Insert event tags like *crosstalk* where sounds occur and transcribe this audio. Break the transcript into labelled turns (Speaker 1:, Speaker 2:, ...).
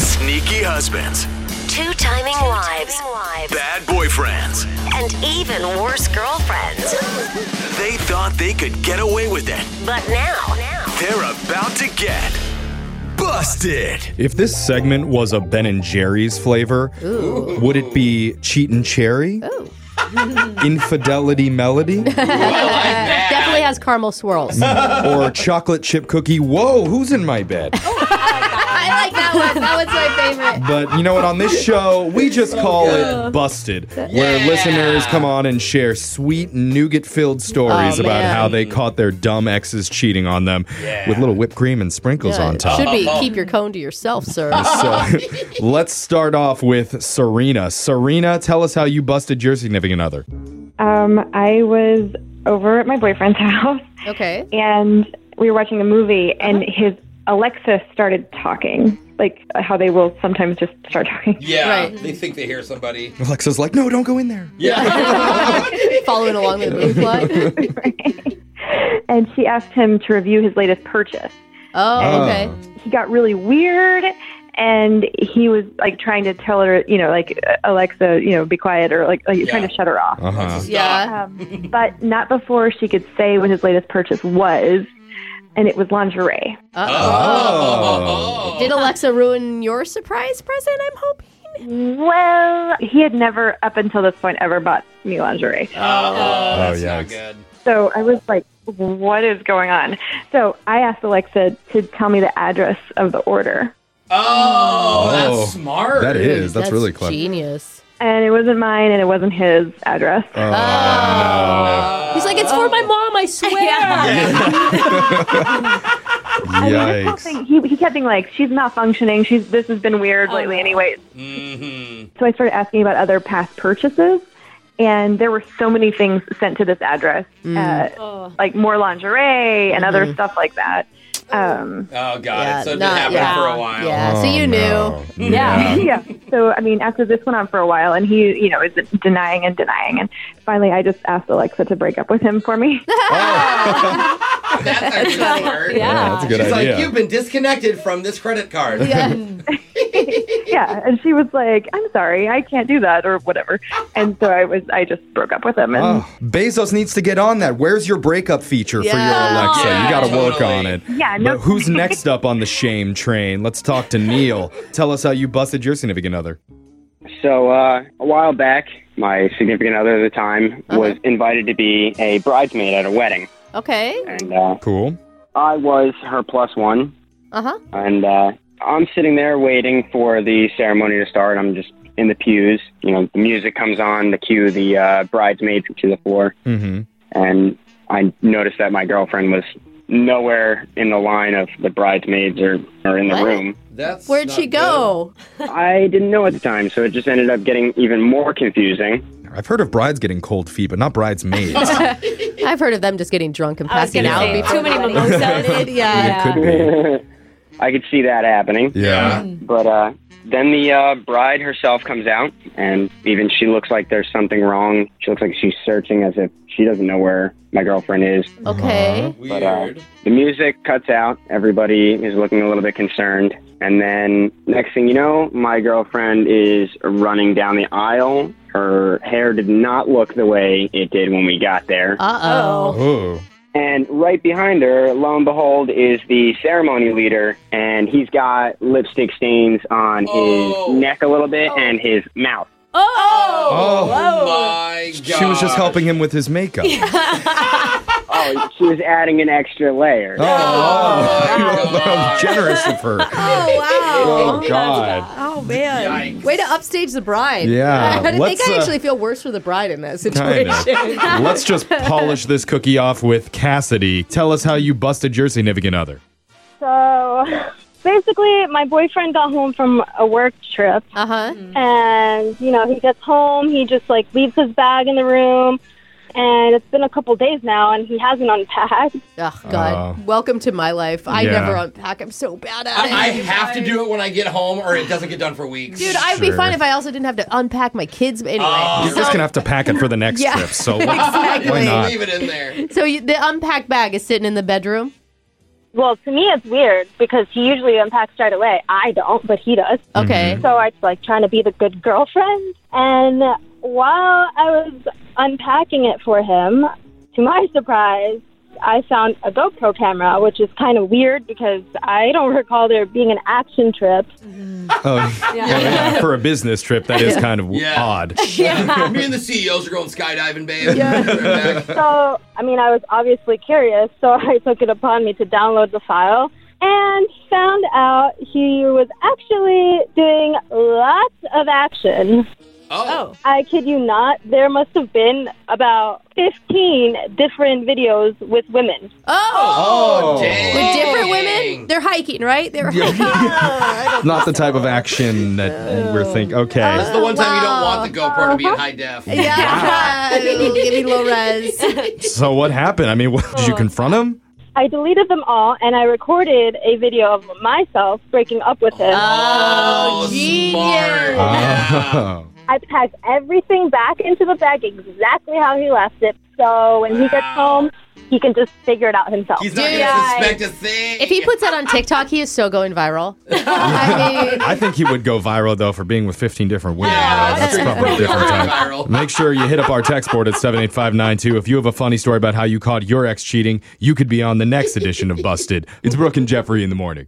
Speaker 1: Sneaky husbands,
Speaker 2: Two timing wives,
Speaker 1: bad boyfriends.
Speaker 2: and even worse girlfriends.
Speaker 1: They thought they could get away with it.
Speaker 2: But now,
Speaker 1: They're about to get busted.
Speaker 3: If this segment was a Ben and Jerry's flavor, would it be Cheat and Cherry? *laughs* Infidelity
Speaker 4: *laughs*
Speaker 3: Melody?
Speaker 4: Definitely has caramel swirls.
Speaker 3: or Chocolate Chip Cookie? Whoa, who's in my bed?
Speaker 5: I like that one. That one's my favorite.
Speaker 3: But you know what? On this show, we just call it Busted, where listeners come on and share sweet nougat filled stories
Speaker 4: Oh,
Speaker 3: about
Speaker 4: man.
Speaker 3: how they caught their dumb exes cheating on them with little whipped cream and sprinkles on top.
Speaker 4: Should be keep your cone to
Speaker 5: *laughs*
Speaker 4: yourself, sir.
Speaker 3: So let's start off with Serena. Serena, tell us how you busted your significant other.
Speaker 6: Um, I was over at my boyfriend's *laughs* house
Speaker 4: Okay.
Speaker 6: and we were watching a movie and his Alexa started talking, like how they will sometimes just start talking.
Speaker 7: Yeah,
Speaker 4: Right.
Speaker 7: they think they hear somebody.
Speaker 3: *laughs* Alexa's like, no, don't go in there.
Speaker 7: Yeah,
Speaker 4: Following along the movie
Speaker 5: *laughs*
Speaker 4: plot.
Speaker 6: *laughs* And she asked him to review his latest purchase.
Speaker 3: Ah.
Speaker 4: Oh, okay.
Speaker 6: He got really weird and he was like trying to tell her, you know, like Alexa, you know, be quiet or like, like trying to shut her off.
Speaker 3: Uh huh.
Speaker 4: Yeah.
Speaker 6: Um, but not before she could say what his latest purchase was. And it was lingerie.
Speaker 3: Oh.
Speaker 4: Did Alexa ruin your surprise present? I'm hoping.
Speaker 6: Well, he had never, up until this point, ever bought me lingerie.
Speaker 3: Oh,
Speaker 7: that's
Speaker 3: yeah.
Speaker 7: not good.
Speaker 6: So I was like, what is going on? So I asked Alexa to tell me the address of the order.
Speaker 7: *laughs* Oh,
Speaker 3: Oh.
Speaker 7: that's smart.
Speaker 3: That is. That's, really clever.
Speaker 4: Genius.
Speaker 6: And it wasn't mine and it wasn't his address.
Speaker 3: Oh,
Speaker 4: He's like, it's for my mom. *laughs* I swear.
Speaker 6: I mean, this whole
Speaker 3: Yikes.
Speaker 6: thing, he, he kept being like, she's malfunctioning. She's This has been weird lately, anyway.
Speaker 7: hmm
Speaker 6: So I started asking about other past purchases. And there were so many things sent to this address, uh, like more lingerie and other stuff like that. Um,
Speaker 7: Oh god,
Speaker 4: Yeah,
Speaker 7: so it
Speaker 4: not-
Speaker 7: didn't happen
Speaker 4: yeah.
Speaker 7: for a while.
Speaker 4: Yeah.
Speaker 3: Oh,
Speaker 4: so you knew.
Speaker 3: knew.
Speaker 6: Yeah. yeah. So, I mean, after this went on for a while, and he, you know, is denying and denying. And finally, I just asked Alexa to break up with him for me.
Speaker 3: *laughs*
Speaker 7: That's actually smart.
Speaker 3: Yeah, that's a good
Speaker 7: She's
Speaker 3: idea.
Speaker 7: like, you've been disconnected from this credit card.
Speaker 6: yeah. And she was like, I'm sorry, I can't do that, or whatever. And so I was, I just broke up with him. And
Speaker 3: Oh, Bezos needs to get on that. Where's your breakup feature for
Speaker 4: Yeah.
Speaker 3: your Alexa?
Speaker 7: Yeah,
Speaker 3: you got to work
Speaker 7: totally.
Speaker 3: on it.
Speaker 6: Yeah, no-
Speaker 3: But who's next up on the shame train? Let's talk to Neil. Tell us how you busted your significant other.
Speaker 8: So uh, a while back, my significant other at the time was invited to be a bridesmaid at a wedding,
Speaker 4: Okay.
Speaker 8: and uh,
Speaker 3: Cool.
Speaker 8: I was her plus one.
Speaker 4: Uh huh.
Speaker 8: And uh, I'm sitting there waiting for the ceremony to start. I'm just in the pews. You know, the music comes on, the cue, the uh, bridesmaids to the floor,
Speaker 3: Mm-hmm.
Speaker 8: and I noticed that my girlfriend was nowhere in the line of the bridesmaids or, or in the
Speaker 4: What?
Speaker 8: room.
Speaker 7: *laughs* That's
Speaker 4: Where'd
Speaker 7: not
Speaker 4: she go?
Speaker 8: I didn't know at the time, so it just ended up getting even more confusing.
Speaker 3: I've heard of brides getting cold feet, but not bridesmaids.
Speaker 4: I've heard of them just getting drunk and
Speaker 5: I was
Speaker 4: passing
Speaker 5: gonna
Speaker 4: out.
Speaker 5: say
Speaker 4: before
Speaker 5: too many
Speaker 4: wedding.
Speaker 5: mimosas.
Speaker 3: *laughs*
Speaker 4: *laughs* yeah.
Speaker 3: Could be.
Speaker 8: *laughs* I could see that happening.
Speaker 3: Yeah.
Speaker 8: But uh, then the uh, bride herself comes out, and even she looks like there's something wrong. She looks like she's searching as if she doesn't know where my girlfriend is.
Speaker 4: Okay.
Speaker 7: good.
Speaker 8: But uh,
Speaker 7: Weird.
Speaker 8: the music cuts out. Everybody is looking a little bit concerned. And then next thing you know, my girlfriend is running down the aisle. Her hair did not look the way it did when we got there.
Speaker 3: Uh-huh.
Speaker 4: Uh oh.
Speaker 3: Oh.
Speaker 8: And right behind her, lo and behold, is the ceremony leader, and he's got lipstick stains on
Speaker 7: Oh.
Speaker 8: his neck a little bit and his mouth.
Speaker 3: Oh.
Speaker 4: *laughs*
Speaker 7: my god.
Speaker 3: She was just helping him with his makeup.
Speaker 8: Oh, she was adding an extra layer.
Speaker 3: Oh,
Speaker 7: Oh, my
Speaker 3: how
Speaker 7: God.
Speaker 3: generous of her.
Speaker 4: Oh wow.
Speaker 3: Oh, God.
Speaker 4: Oh man.
Speaker 7: Yikes.
Speaker 4: Way to upstage the bride.
Speaker 3: Yeah,
Speaker 4: *laughs* I think
Speaker 3: let's,
Speaker 4: I
Speaker 3: uh,
Speaker 4: actually feel worse for the bride in that situation.
Speaker 3: Kinda.
Speaker 4: *laughs*
Speaker 3: Let's just polish this cookie off with Cassidy. Tell us how you busted your significant other.
Speaker 6: so *laughs* basically, my boyfriend got home from a work trip,
Speaker 4: Uh huh.
Speaker 6: and, you know, he gets home, he just, like, leaves his bag in the room. And it's been a couple days now, and he hasn't unpacked.
Speaker 4: Oh God.
Speaker 3: Oh.
Speaker 4: Welcome to my life. I
Speaker 3: Yeah.
Speaker 4: never unpack. I'm so bad at it.
Speaker 7: I have to do it when I get home, or it doesn't get done for weeks. *laughs*
Speaker 4: Dude, I'd be
Speaker 3: Sure.
Speaker 4: fine if I also didn't have to unpack my kids. But anyway,
Speaker 7: Oh.
Speaker 3: You're
Speaker 4: so,
Speaker 3: just gonna have to pack it for the next
Speaker 4: Yeah.
Speaker 3: trip. So
Speaker 7: Why
Speaker 3: why not?
Speaker 7: *laughs* Leave it in there.
Speaker 4: *laughs* so you, the unpacked bag is sitting in the bedroom.
Speaker 9: Well, to me, it's weird because he usually unpacks right away. I don't, but he does.
Speaker 4: Okay.
Speaker 9: So I was like trying to be the good girlfriend. And while I was unpacking it for him, to my surprise, I found a GoPro camera, which is kind of weird because I don't *laughs* recall there being an action trip.
Speaker 3: Oh, well, for a business trip, that is kind of
Speaker 7: Yeah.
Speaker 3: odd.
Speaker 7: *laughs* Me and the CEOs are going skydiving, babe. Yeah.
Speaker 9: So, I mean, I was obviously curious, so *laughs* I took it upon me to download the file and found out he was actually doing lots of action.
Speaker 7: Oh.
Speaker 9: I kid you not, there must have been about 15 different videos with women.
Speaker 4: Oh.
Speaker 7: Oh,
Speaker 4: With
Speaker 7: dang.
Speaker 4: different women, they're hiking, right? They're
Speaker 3: *laughs*
Speaker 4: hiking.
Speaker 3: Not the type of action that we're thinking.
Speaker 7: That's
Speaker 3: Okay.
Speaker 7: the one time you don't want the GoPro to be in high def.
Speaker 4: yeah. Give me
Speaker 7: *laughs*
Speaker 4: low res.
Speaker 3: So what happened? I mean, what, did you confront him?
Speaker 9: I deleted them all and I recorded a video of myself breaking up with him.
Speaker 7: Oh,
Speaker 4: genius.
Speaker 7: smart. Yeah.
Speaker 3: Oh.
Speaker 9: I packed everything back into the bag exactly how he left it. So when he gets home, he can just figure it out himself.
Speaker 7: He's not going
Speaker 4: Yeah.
Speaker 7: to suspect a thing.
Speaker 4: If he puts that on TikTok, he is so going viral. I
Speaker 3: *laughs*
Speaker 4: mean,
Speaker 3: I think he would go viral though for being with 15 different women.
Speaker 7: Yeah,
Speaker 4: *laughs*
Speaker 3: that's
Speaker 7: true.
Speaker 3: probably a different
Speaker 7: Pretty
Speaker 3: type.
Speaker 7: *laughs* viral.
Speaker 3: Make sure you hit up our text board at 78592. If you have a funny story about how you caught your ex cheating, you could be on the next edition of Busted. It's Brooke and Jeffrey in the morning.